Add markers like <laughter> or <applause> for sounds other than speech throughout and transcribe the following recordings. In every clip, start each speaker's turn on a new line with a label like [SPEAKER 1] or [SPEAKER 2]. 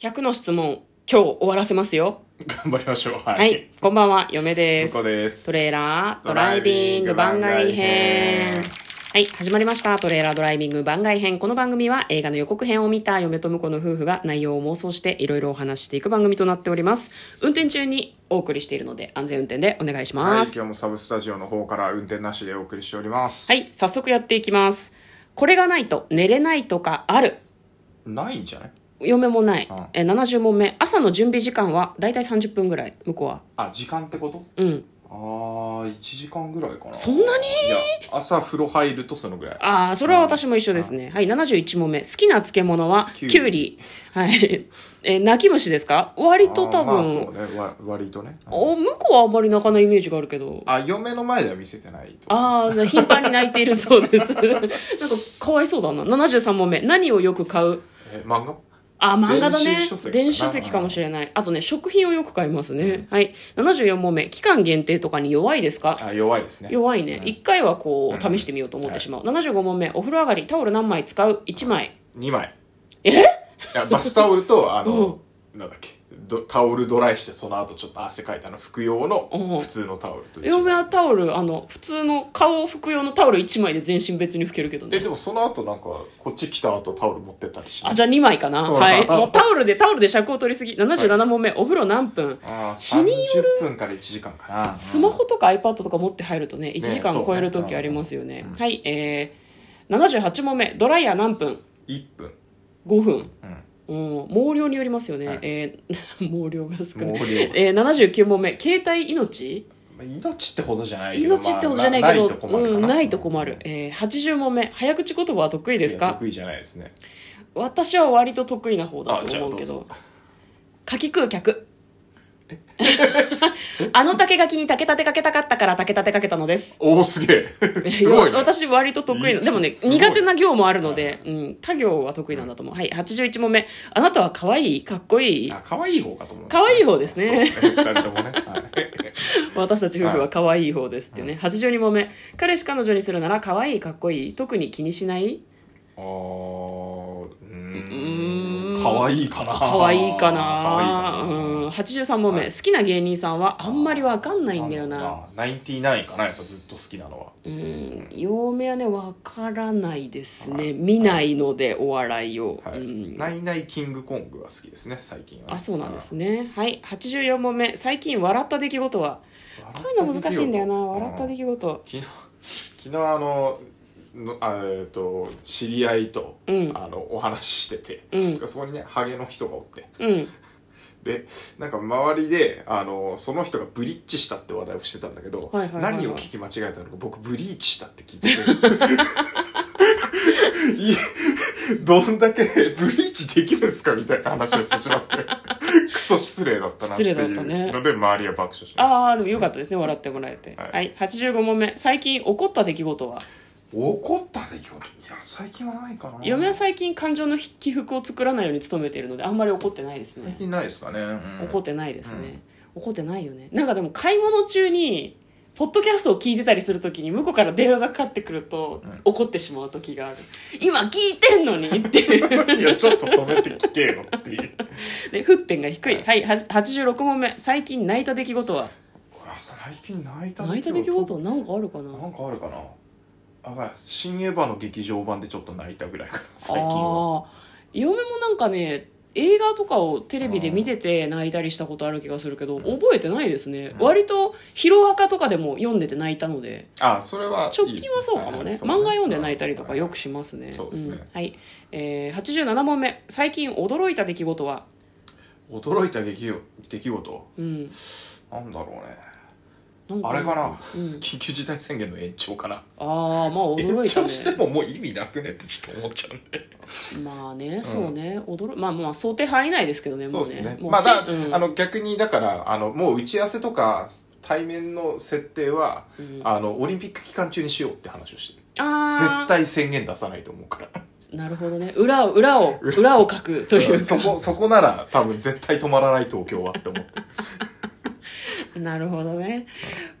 [SPEAKER 1] 100の質問、今日終わらせますよ。
[SPEAKER 2] 頑張りましょう。はい。
[SPEAKER 1] はい、こんばんは、嫁で
[SPEAKER 2] 向
[SPEAKER 1] す。
[SPEAKER 2] こうです。
[SPEAKER 1] トレーラードライビング番外編。はい、始まりました。トレーラードライビング番外編。この番組は映画の予告編を見た嫁と婿の夫婦が内容を妄想していろいろお話ししていく番組となっております。運転中にお送りしているので安全運転でお願いし
[SPEAKER 2] はい、
[SPEAKER 1] ま
[SPEAKER 2] 今
[SPEAKER 1] す。
[SPEAKER 2] 日もサブスタジオの方から運転なしでお送りしております。
[SPEAKER 1] はい、早速やっていきます。これがないと寝れないとかある。
[SPEAKER 2] ないんじゃない
[SPEAKER 1] 嫁もない、
[SPEAKER 2] うん
[SPEAKER 1] え70問目朝の準備時間はだいたい30分ぐらい向こうは
[SPEAKER 2] あ、時間ってこと
[SPEAKER 1] うん
[SPEAKER 2] ああ、1時間ぐらいかな。
[SPEAKER 1] そんなに
[SPEAKER 2] いや、朝風呂入るとそのぐらい。
[SPEAKER 1] ああそれは私も一緒ですねはい71問目好きな漬物は
[SPEAKER 2] きゅうり
[SPEAKER 1] きゅうりはいえ泣き虫ですか割と多分、
[SPEAKER 2] あーまあそうね、わ割とね。
[SPEAKER 1] お向こうはあんまり泣かないイメージがあるけど
[SPEAKER 2] あ、嫁の前では見せてないと。
[SPEAKER 1] ああ頻繁に泣いているそうです <laughs> なんかかわいそうだな73問目何をよく買う
[SPEAKER 2] え、漫画
[SPEAKER 1] あ、漫画だ
[SPEAKER 2] 電子
[SPEAKER 1] ね
[SPEAKER 2] 書籍か。な
[SPEAKER 1] 電子書籍かもしれない。あとね、食品をよく買いますね。はい。74問目。期間限定とかに弱いですか
[SPEAKER 2] あ、弱いですね。
[SPEAKER 1] 弱いね。
[SPEAKER 2] うん
[SPEAKER 1] 一回はこう、試してみようと思ってしまう。75問目。お風呂上がり、タオル何枚使う ?1 枚。
[SPEAKER 2] 2枚。
[SPEAKER 1] え
[SPEAKER 2] いやバスタオルと、あの、なんだっけ。どタオルドライしてその後ちょっと汗かいたの服用の
[SPEAKER 1] うん
[SPEAKER 2] 普通のタオルと一緒
[SPEAKER 1] 嫁はタオル、あの、普通の顔を拭く用のタオル1枚で全身別に拭けるけど
[SPEAKER 2] え
[SPEAKER 1] ね。
[SPEAKER 2] でもその後なんかこっち来た後タオル持ってったりしな
[SPEAKER 1] あ、
[SPEAKER 2] い
[SPEAKER 1] じゃあ2枚かな。
[SPEAKER 2] うん
[SPEAKER 1] はい。もうタオルで、タオルで尺を取りすぎ。77問目。お風呂何分
[SPEAKER 2] ああ
[SPEAKER 1] 日によ
[SPEAKER 2] 30分から1時間かな
[SPEAKER 1] スマホとか iPad とか持って入るとね、1時間
[SPEAKER 2] そうね
[SPEAKER 1] 超える時ありますよね。はい。えー、78問目。ドライヤー何分
[SPEAKER 2] 1分
[SPEAKER 1] ?5 分。
[SPEAKER 2] うん
[SPEAKER 1] うん、毛量によりますよね、
[SPEAKER 2] はい
[SPEAKER 1] えー <laughs> 毛量が少ない
[SPEAKER 2] 毛量、
[SPEAKER 1] えー、79問目携帯命
[SPEAKER 2] まあ命ってほどじゃないけど
[SPEAKER 1] 命ってことじゃないけど、
[SPEAKER 2] まあなないと困るか
[SPEAKER 1] うん、
[SPEAKER 2] な
[SPEAKER 1] ないと困る、えー、80問目早口言葉は得意です
[SPEAKER 2] いや
[SPEAKER 1] か
[SPEAKER 2] 得意じゃないですね
[SPEAKER 1] 私は割と得意な方だ
[SPEAKER 2] あじゃ
[SPEAKER 1] と
[SPEAKER 2] あ
[SPEAKER 1] 思うけ
[SPEAKER 2] ど
[SPEAKER 1] どかき食う客 <laughs> あの竹垣に竹立てかけたかったから竹立てかけたのです
[SPEAKER 2] おおすげえ <laughs> すごいね
[SPEAKER 1] 私割と得意なでもね
[SPEAKER 2] すごい
[SPEAKER 1] 苦手な行もあるので、うん、他行は得意なんだと思う、はい81問目あなたは可愛いかっこいい
[SPEAKER 2] あ可愛い方かと思う
[SPEAKER 1] 可愛い方ですね
[SPEAKER 2] そうですね2人とも <laughs> ねはい
[SPEAKER 1] 私たち夫婦は可愛い方ですっていうね、82問目彼氏彼女にするなら可愛いかっこいい特に気にしない
[SPEAKER 2] あーう
[SPEAKER 1] う
[SPEAKER 2] ー
[SPEAKER 1] ーん
[SPEAKER 2] ん可愛いかな
[SPEAKER 1] 可愛いかな
[SPEAKER 2] 可愛いかな
[SPEAKER 1] うん、83問目、
[SPEAKER 2] はい
[SPEAKER 1] 好きな芸人さんはあんまりわかんないんだよな
[SPEAKER 2] ナインティナインかなやっぱずっと好きなのは
[SPEAKER 1] うん嫁はねわからないですね、見ないのでお笑いを、
[SPEAKER 2] は
[SPEAKER 1] う
[SPEAKER 2] い
[SPEAKER 1] ん
[SPEAKER 2] ナイナイキングコングが好きですね最近はね
[SPEAKER 1] あそうなんですねはい84問目最近笑った出来事は
[SPEAKER 2] 笑
[SPEAKER 1] こういうの難しいんだよな笑った
[SPEAKER 2] 出
[SPEAKER 1] 出来
[SPEAKER 2] 来
[SPEAKER 1] 事
[SPEAKER 2] 事うん昨日昨日あののあえっと知り合いと、
[SPEAKER 1] うん
[SPEAKER 2] あのお話ししてて、
[SPEAKER 1] うん
[SPEAKER 2] そこにねハゲの人がおって
[SPEAKER 1] うん
[SPEAKER 2] でなんか周りであのその人がブリッジしたって話題をしてたんだけど、
[SPEAKER 1] はいはいはいはい
[SPEAKER 2] 何を聞き間違えたのか僕ブリーチしたって聞
[SPEAKER 1] <laughs>
[SPEAKER 2] いてていどんだけブリーチできるんですかみたいな話をしてしまってクソ失礼だったなってい
[SPEAKER 1] 失礼だったね
[SPEAKER 2] うので周りは爆笑しました
[SPEAKER 1] ああでもよかったですね笑ってもらえては、
[SPEAKER 2] はいい
[SPEAKER 1] 85問目最近怒った出来事は
[SPEAKER 2] 怒った出来事いや最近はないかな
[SPEAKER 1] 嫁は最近感情の起伏を作らないように努めているのであんまり怒ってないです
[SPEAKER 2] 最
[SPEAKER 1] ね
[SPEAKER 2] 近ないですかね、うん
[SPEAKER 1] 怒ってないですね、怒ってないよねなんかでも買い物中にポッドキャストを聞いてたりするときに向こうから電話がかかってくると、怒ってしまう時がある今聞いてんのにって
[SPEAKER 2] <laughs>
[SPEAKER 1] いう
[SPEAKER 2] いやちょっと止めて聞けよっていう
[SPEAKER 1] で沸点が低いはいはじ86問目最近泣いた出来事は
[SPEAKER 2] あ最近泣いた
[SPEAKER 1] 泣いた出来事なんかあるかな
[SPEAKER 2] なんかあるかなあまあ新エヴァの劇場版でちょっと泣いたぐらいかな最近は
[SPEAKER 1] ああー嫁もなんかね映画とかをテレビで見てて泣いたりしたことある気がするけど覚えてないですね、
[SPEAKER 2] うん
[SPEAKER 1] 割と「ヒロアカ」とかでも読んでて泣いたので
[SPEAKER 2] あそれはい
[SPEAKER 1] 直
[SPEAKER 2] いです
[SPEAKER 1] 近はそうかもね
[SPEAKER 2] はい
[SPEAKER 1] 漫画読んで泣いたりとかよく
[SPEAKER 2] はい
[SPEAKER 1] しますね
[SPEAKER 2] そうですね
[SPEAKER 1] んはい、えー、87問目最近驚いた出来事は
[SPEAKER 2] 驚いた出来出来事
[SPEAKER 1] うん
[SPEAKER 2] なんだろうね
[SPEAKER 1] なん
[SPEAKER 2] あれか
[SPEAKER 1] う
[SPEAKER 2] な、
[SPEAKER 1] ん
[SPEAKER 2] 緊急事態宣言の延長かな
[SPEAKER 1] ああまあ
[SPEAKER 2] 延
[SPEAKER 1] 驚いた
[SPEAKER 2] 長して
[SPEAKER 1] ね
[SPEAKER 2] ももう意味なくねってちょっと思っちゃうんで
[SPEAKER 1] まあねそうね、驚まあまあ想定範囲内ですけどね
[SPEAKER 2] そ
[SPEAKER 1] も
[SPEAKER 2] う
[SPEAKER 1] う
[SPEAKER 2] で
[SPEAKER 1] ね
[SPEAKER 2] すね
[SPEAKER 1] もう
[SPEAKER 2] まあだ、
[SPEAKER 1] せうん
[SPEAKER 2] あの逆にだからあのもう打ち合わせとか対面の設定は、
[SPEAKER 1] うん
[SPEAKER 2] あのオリンピック期間中にしようって話をしてる
[SPEAKER 1] あー
[SPEAKER 2] 絶対宣言出さないと思うから
[SPEAKER 1] なるほどね裏を裏を裏を書くというか
[SPEAKER 2] そこそこなら多分絶対止まらない東京はって思って
[SPEAKER 1] <laughs> なるほどね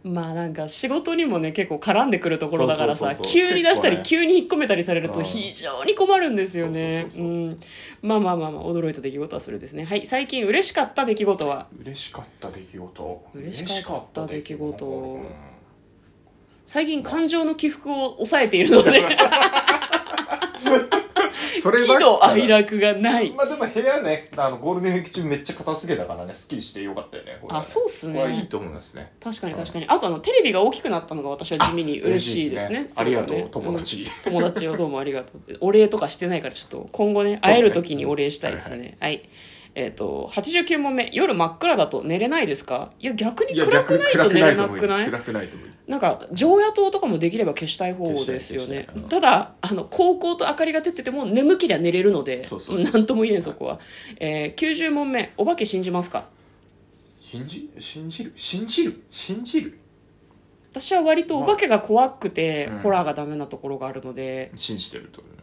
[SPEAKER 1] まあなんか仕事にもね結構絡んでくるところだからさ
[SPEAKER 2] そうそうそうそう
[SPEAKER 1] 急に出したり、
[SPEAKER 2] 結構ね
[SPEAKER 1] 急に引っ込めたりされる
[SPEAKER 2] う
[SPEAKER 1] と
[SPEAKER 2] ん
[SPEAKER 1] 非常に困るんですよねう
[SPEAKER 2] そうそうそうそうん
[SPEAKER 1] まあまあまあまあ驚いた出来事はそれですねはい最近嬉しかった出来事は
[SPEAKER 2] 嬉しかった出来事
[SPEAKER 1] 嬉しかった出来事
[SPEAKER 2] うん
[SPEAKER 1] 最近感情の起伏を抑えているの
[SPEAKER 2] <laughs>
[SPEAKER 1] で
[SPEAKER 2] それば
[SPEAKER 1] 喜
[SPEAKER 2] っか
[SPEAKER 1] 怒哀楽がない
[SPEAKER 2] まあでも部屋ねあのゴールデンウィーク中めっちゃ片付けたからねすっきりしてよかったよねこれは
[SPEAKER 1] あそうっすね
[SPEAKER 2] これはいいと思いますね
[SPEAKER 1] 確かに確かにあとあのテレビが大きくなったのが私は地味に嬉しいですね
[SPEAKER 2] ありがと
[SPEAKER 1] そだ
[SPEAKER 2] う
[SPEAKER 1] ね
[SPEAKER 2] 友達
[SPEAKER 1] 友達をどうもありがとうお礼とかしてないからちょっと今後ね会える時にお礼したいですねはい、えっ、と89問目夜真っ暗だと寝れないですかいや逆に暗くないと寝れなくない
[SPEAKER 2] 暗くないと思う
[SPEAKER 1] なんか常夜灯とかもできれば消したい方ですよね
[SPEAKER 2] 消したい消した
[SPEAKER 1] ただあの高校と明かりが出てても眠けりゃ寝れるので
[SPEAKER 2] そうそうそうそう
[SPEAKER 1] なんとも言えんそこは、えー、90問目お化け信じますか
[SPEAKER 2] 信じ信じる信じる信じる
[SPEAKER 1] 私は割とお化けが怖くて、
[SPEAKER 2] うん
[SPEAKER 1] ホラーがダメなところがあるので
[SPEAKER 2] 信じてるってことね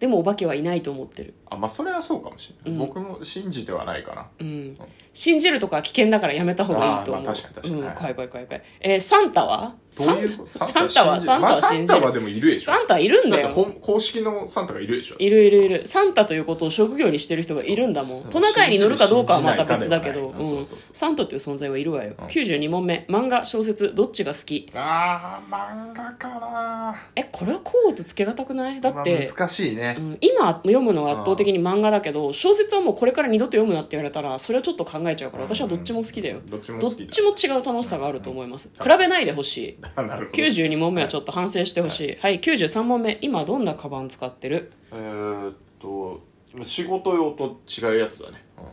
[SPEAKER 1] でもお化けはいないと思ってる
[SPEAKER 2] あまあそれはそうかもしれない、
[SPEAKER 1] うん
[SPEAKER 2] 僕も信じてはないかな
[SPEAKER 1] うん、信じるとかは危険だからやめた方がいいと思う、
[SPEAKER 2] あーまあ確かに確かに
[SPEAKER 1] うん、
[SPEAKER 2] はい
[SPEAKER 1] 怖い怖い怖い怖い、えーサンタは
[SPEAKER 2] どういうこと
[SPEAKER 1] サンタサンタはサンタは
[SPEAKER 2] 信
[SPEAKER 1] 信
[SPEAKER 2] じ
[SPEAKER 1] じ
[SPEAKER 2] るまあサンタ
[SPEAKER 1] る、
[SPEAKER 2] はでもいるでしょ
[SPEAKER 1] サンタいるん
[SPEAKER 2] だ
[SPEAKER 1] だ
[SPEAKER 2] って
[SPEAKER 1] よ
[SPEAKER 2] ほん公式のサンタがいるでしょ
[SPEAKER 1] いるいるいるサンタということを職業にしてる人がいるんだもんトナカイに乗るかどうかはまた別だけど、
[SPEAKER 2] 信じな
[SPEAKER 1] う
[SPEAKER 2] い
[SPEAKER 1] ん、
[SPEAKER 2] 信じないそうそうそう
[SPEAKER 1] サンタという存在はいるわよ、
[SPEAKER 2] ん
[SPEAKER 1] 92問目漫画小説どっちが好き
[SPEAKER 2] ああ漫画かな
[SPEAKER 1] えこれはこうつけがたくないだって、
[SPEAKER 2] まあ難しいね、
[SPEAKER 1] うん、今読むのは圧倒的に漫画だけど小説はもうこれから二度と読むなって言われたらそれはちょっと考えちゃうから私はどっちも好きだよ、
[SPEAKER 2] うんどっちも
[SPEAKER 1] ど
[SPEAKER 2] 好
[SPEAKER 1] っ
[SPEAKER 2] きだ
[SPEAKER 1] ちも違う楽しさがあると思います、
[SPEAKER 2] うん
[SPEAKER 1] 比べないでほしい
[SPEAKER 2] あなるほど
[SPEAKER 1] 92問目はちょっと反省してほしいはい、93問目今どんなカバン使ってる
[SPEAKER 2] えーっと仕事用と違うやつだね、うん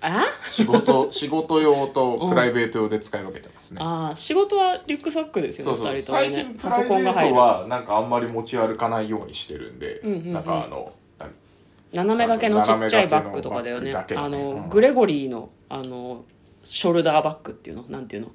[SPEAKER 1] あ
[SPEAKER 2] 仕事 <laughs> 仕事用とプライベート用で使い分けてますね、
[SPEAKER 1] あー仕事はリュックサックです
[SPEAKER 2] そ
[SPEAKER 1] よ
[SPEAKER 2] う
[SPEAKER 1] ね
[SPEAKER 2] そう
[SPEAKER 1] 2人とも
[SPEAKER 2] 最近
[SPEAKER 1] ね
[SPEAKER 2] プ
[SPEAKER 1] パ
[SPEAKER 2] ラ
[SPEAKER 1] ソ
[SPEAKER 2] イベ
[SPEAKER 1] コンが
[SPEAKER 2] ー
[SPEAKER 1] 入
[SPEAKER 2] ト
[SPEAKER 1] る
[SPEAKER 2] はなんかあんまり持ち歩かないようにしてるんで、
[SPEAKER 1] うんうんうん
[SPEAKER 2] なんかあの何
[SPEAKER 1] 斜め掛けのちっちゃいバッグとかだよね
[SPEAKER 2] 斜め掛けの
[SPEAKER 1] あ
[SPEAKER 2] バッグだけだね
[SPEAKER 1] の、
[SPEAKER 2] うん
[SPEAKER 1] グレゴリーのあのショルダーバッグっていうのなんていうの、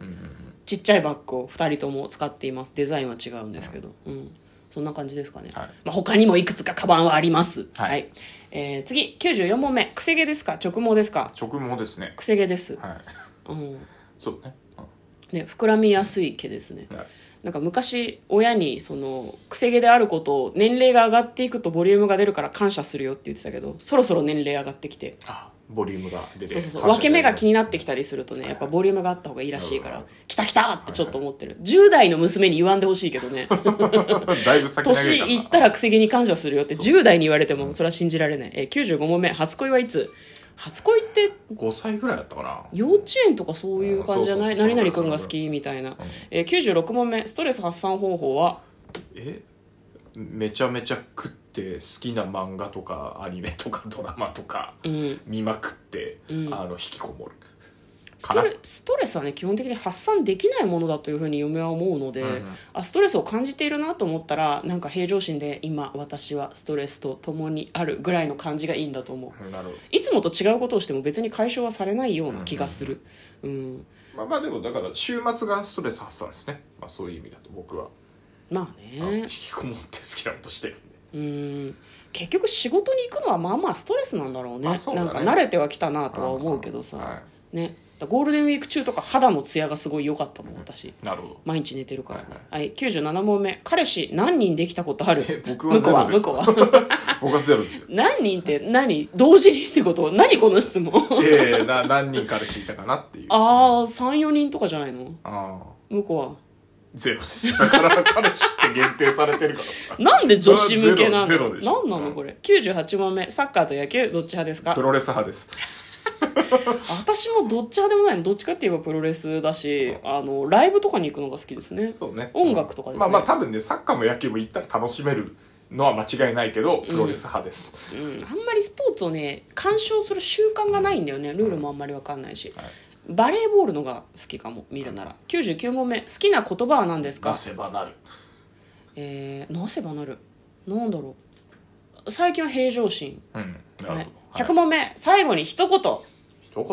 [SPEAKER 1] ちっちゃいバッグを2人とも使っていますデザインは違うんですけど、うんそんな感じですかね、
[SPEAKER 2] はい
[SPEAKER 1] まあ、他にもいくつかカバンはありますは、
[SPEAKER 2] はいい
[SPEAKER 1] えー次94問目くせ毛ですか直毛ですか
[SPEAKER 2] 直毛ですね
[SPEAKER 1] くせ毛です、
[SPEAKER 2] は
[SPEAKER 1] う
[SPEAKER 2] い
[SPEAKER 1] ん
[SPEAKER 2] そうね、
[SPEAKER 1] ね、膨らみやすい毛ですね
[SPEAKER 2] うんはい
[SPEAKER 1] なんか昔親にそのくせ毛であることを年齢が上がっていくとボリュームが出るから感謝するよって言ってたけどそろそろ年齢上がってきて
[SPEAKER 2] あボリュームが出て
[SPEAKER 1] そうそうそう分け目が気になってき
[SPEAKER 2] た
[SPEAKER 1] たりするとねやっぱボリュームがあった方がいいらしいから
[SPEAKER 2] なる
[SPEAKER 1] 「きたきた!」ってちょっと思ってる10代の娘に言わんでほしいけどね
[SPEAKER 2] <laughs> だいぶ先
[SPEAKER 1] 年いった
[SPEAKER 2] ら
[SPEAKER 1] らくせ毛に感謝するよって10代に言われてもそれは信じられない、えー95問目初恋はいつ初恋って
[SPEAKER 2] 5歳ぐらいだったかな
[SPEAKER 1] 幼稚園とかそういう感じじゃな
[SPEAKER 2] う
[SPEAKER 1] い
[SPEAKER 2] んそう
[SPEAKER 1] 何
[SPEAKER 2] そうそう
[SPEAKER 1] 々君が好きみたいな、えー96問目ストレス発散方法は
[SPEAKER 2] えめちゃめちゃ食って好きな漫画とかアニメとかドラマとか
[SPEAKER 1] うん
[SPEAKER 2] 見まくって、
[SPEAKER 1] うん
[SPEAKER 2] あの引きこもる
[SPEAKER 1] ストレストレスはね基本的に発散できないものだというふうに嫁は思うので、
[SPEAKER 2] うんうん
[SPEAKER 1] あストレスを感じているなと思ったらなんか平常心で今私はストレスと共にあるぐらいの感じがいいんだと思う
[SPEAKER 2] うんなるほ
[SPEAKER 1] いつもと違うことをしても別に解消はされないような気がする、うん
[SPEAKER 2] どまあまあでもだから週末がストレス発散ですね、まあ、そういう意味だと僕は、
[SPEAKER 1] まあ
[SPEAKER 2] う
[SPEAKER 1] ね
[SPEAKER 2] ん引きこもって好きなことしてるんで
[SPEAKER 1] うん結局仕事に行くのはまあまあストレスなんだろうね,、
[SPEAKER 2] まあそうだ
[SPEAKER 1] な
[SPEAKER 2] ね
[SPEAKER 1] んか慣れてはきたなとは思うけどさ、
[SPEAKER 2] うんは
[SPEAKER 1] ねだゴールデンウィーク中とか肌のツヤがすごい良かったもん私、
[SPEAKER 2] なるほど
[SPEAKER 1] 毎日寝てるからね、はい97問目彼氏何人できたことある
[SPEAKER 2] え僕はゼロです
[SPEAKER 1] 向こうは <laughs> 向こうは
[SPEAKER 2] 僕はゼロです
[SPEAKER 1] <laughs>
[SPEAKER 2] よ
[SPEAKER 1] 何人って何同時にって
[SPEAKER 2] <laughs>
[SPEAKER 1] こと何この質問 <laughs>
[SPEAKER 2] ええな何人彼氏いたかなっていうあ
[SPEAKER 1] ああ34人とかじゃないの
[SPEAKER 2] あ
[SPEAKER 1] 向こ
[SPEAKER 2] ゼロですだから彼氏って限定されてるから
[SPEAKER 1] うはなんで女子向けなの
[SPEAKER 2] ゼロゼロでしょ
[SPEAKER 1] 何なのこれ98問目サッカーと野球どっち派です
[SPEAKER 2] さ
[SPEAKER 1] か
[SPEAKER 2] プロレス派です
[SPEAKER 1] 私もどっち派でもないのどっちかって言えばプロレスだしあのライブとかに行くのが好きですね
[SPEAKER 2] そうね
[SPEAKER 1] 音楽とかですね
[SPEAKER 2] まあまあ多分ねサッカーも野球も行ったら楽しめるのは間違いないけどプロレス派です、
[SPEAKER 1] うん、あんまりスポーツをね鑑賞する習慣がないんだよねルールもあんまり分かんないし、
[SPEAKER 2] はい
[SPEAKER 1] バレーボールのが好きかも見るなら99問目好きな言葉は何です
[SPEAKER 2] 出
[SPEAKER 1] か
[SPEAKER 2] せばなる
[SPEAKER 1] えー、なせばなるなんだろう最近は平常心、
[SPEAKER 2] うんなるほど、
[SPEAKER 1] は
[SPEAKER 2] はいい、
[SPEAKER 1] 100問目、最後に一言
[SPEAKER 2] 一言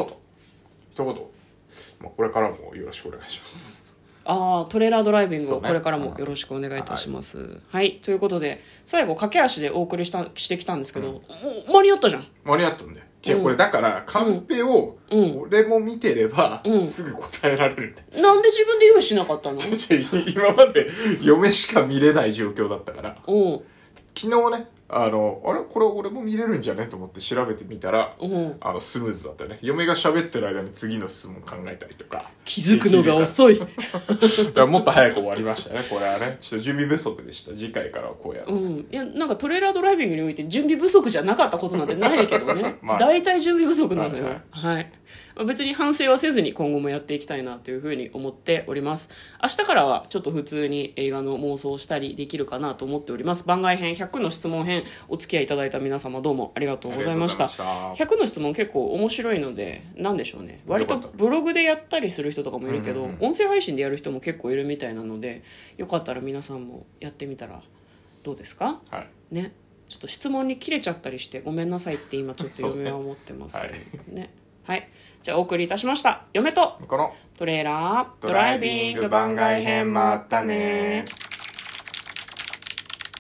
[SPEAKER 2] 一言、まあ、これからもよろしくお願いします
[SPEAKER 1] ああトレーラードライビング
[SPEAKER 2] そ
[SPEAKER 1] を
[SPEAKER 2] うね
[SPEAKER 1] これからもよろしくお願いいたします、はい、ということで最後駆け足でお送りしたしてきたんですけど、お間に合ったじゃん
[SPEAKER 2] 間に合ったんで違う、これだから、カンペを、
[SPEAKER 1] うん
[SPEAKER 2] 俺も見てれば
[SPEAKER 1] う、ん
[SPEAKER 2] すぐ答えられるん <laughs> だよ。
[SPEAKER 1] なんで自分で用意しなかったの
[SPEAKER 2] ちょちょ今まで、嫁しか見れない状況だったから。
[SPEAKER 1] うん。
[SPEAKER 2] 昨日ね、あの、あれこれ俺も見れるんじゃねと思って調べてみたら、
[SPEAKER 1] うん。
[SPEAKER 2] あの、スムーズだったよね。嫁が喋ってる間に次の質問考えたりとか。
[SPEAKER 1] 気づくのが遅い。
[SPEAKER 2] だからもっと早く終わりましたね、これはね。ちょっと準備不足でした。次回からはこうや
[SPEAKER 1] う
[SPEAKER 2] る。。
[SPEAKER 1] ん。いや、なんかトレーラードライビングにおいて準備不足じゃなかったことなんてないけどね
[SPEAKER 2] <laughs> まあ
[SPEAKER 1] 大体準備不足なのよ。
[SPEAKER 2] は
[SPEAKER 1] はいい、まあ別に反省はせずに今後もやっていきたいなというふうに思っております。明日からはちょっと普通に映画の妄想をしたりできるかなと思っております。番外編100の質問編お付き合いいただいた皆様どうもありがとうございました。
[SPEAKER 2] ありがとうございまし
[SPEAKER 1] 100の質問結構面白いのでなんでしょうね割と
[SPEAKER 2] よかった
[SPEAKER 1] ブログでやったりする人とかもいるけど、
[SPEAKER 2] うんうん
[SPEAKER 1] 音声配信でやる人も結構いるみたいなのでよかったら皆さんもやってみたらどうですか
[SPEAKER 2] はい。
[SPEAKER 1] ねちょっと質問に切れちゃったりしてごめんなさいって今ちょっと嫁は思ってます
[SPEAKER 2] そうね
[SPEAKER 1] ねはい、じゃあお送りいたしました嫁と
[SPEAKER 2] この、
[SPEAKER 1] トレーラードライビング番外編まったね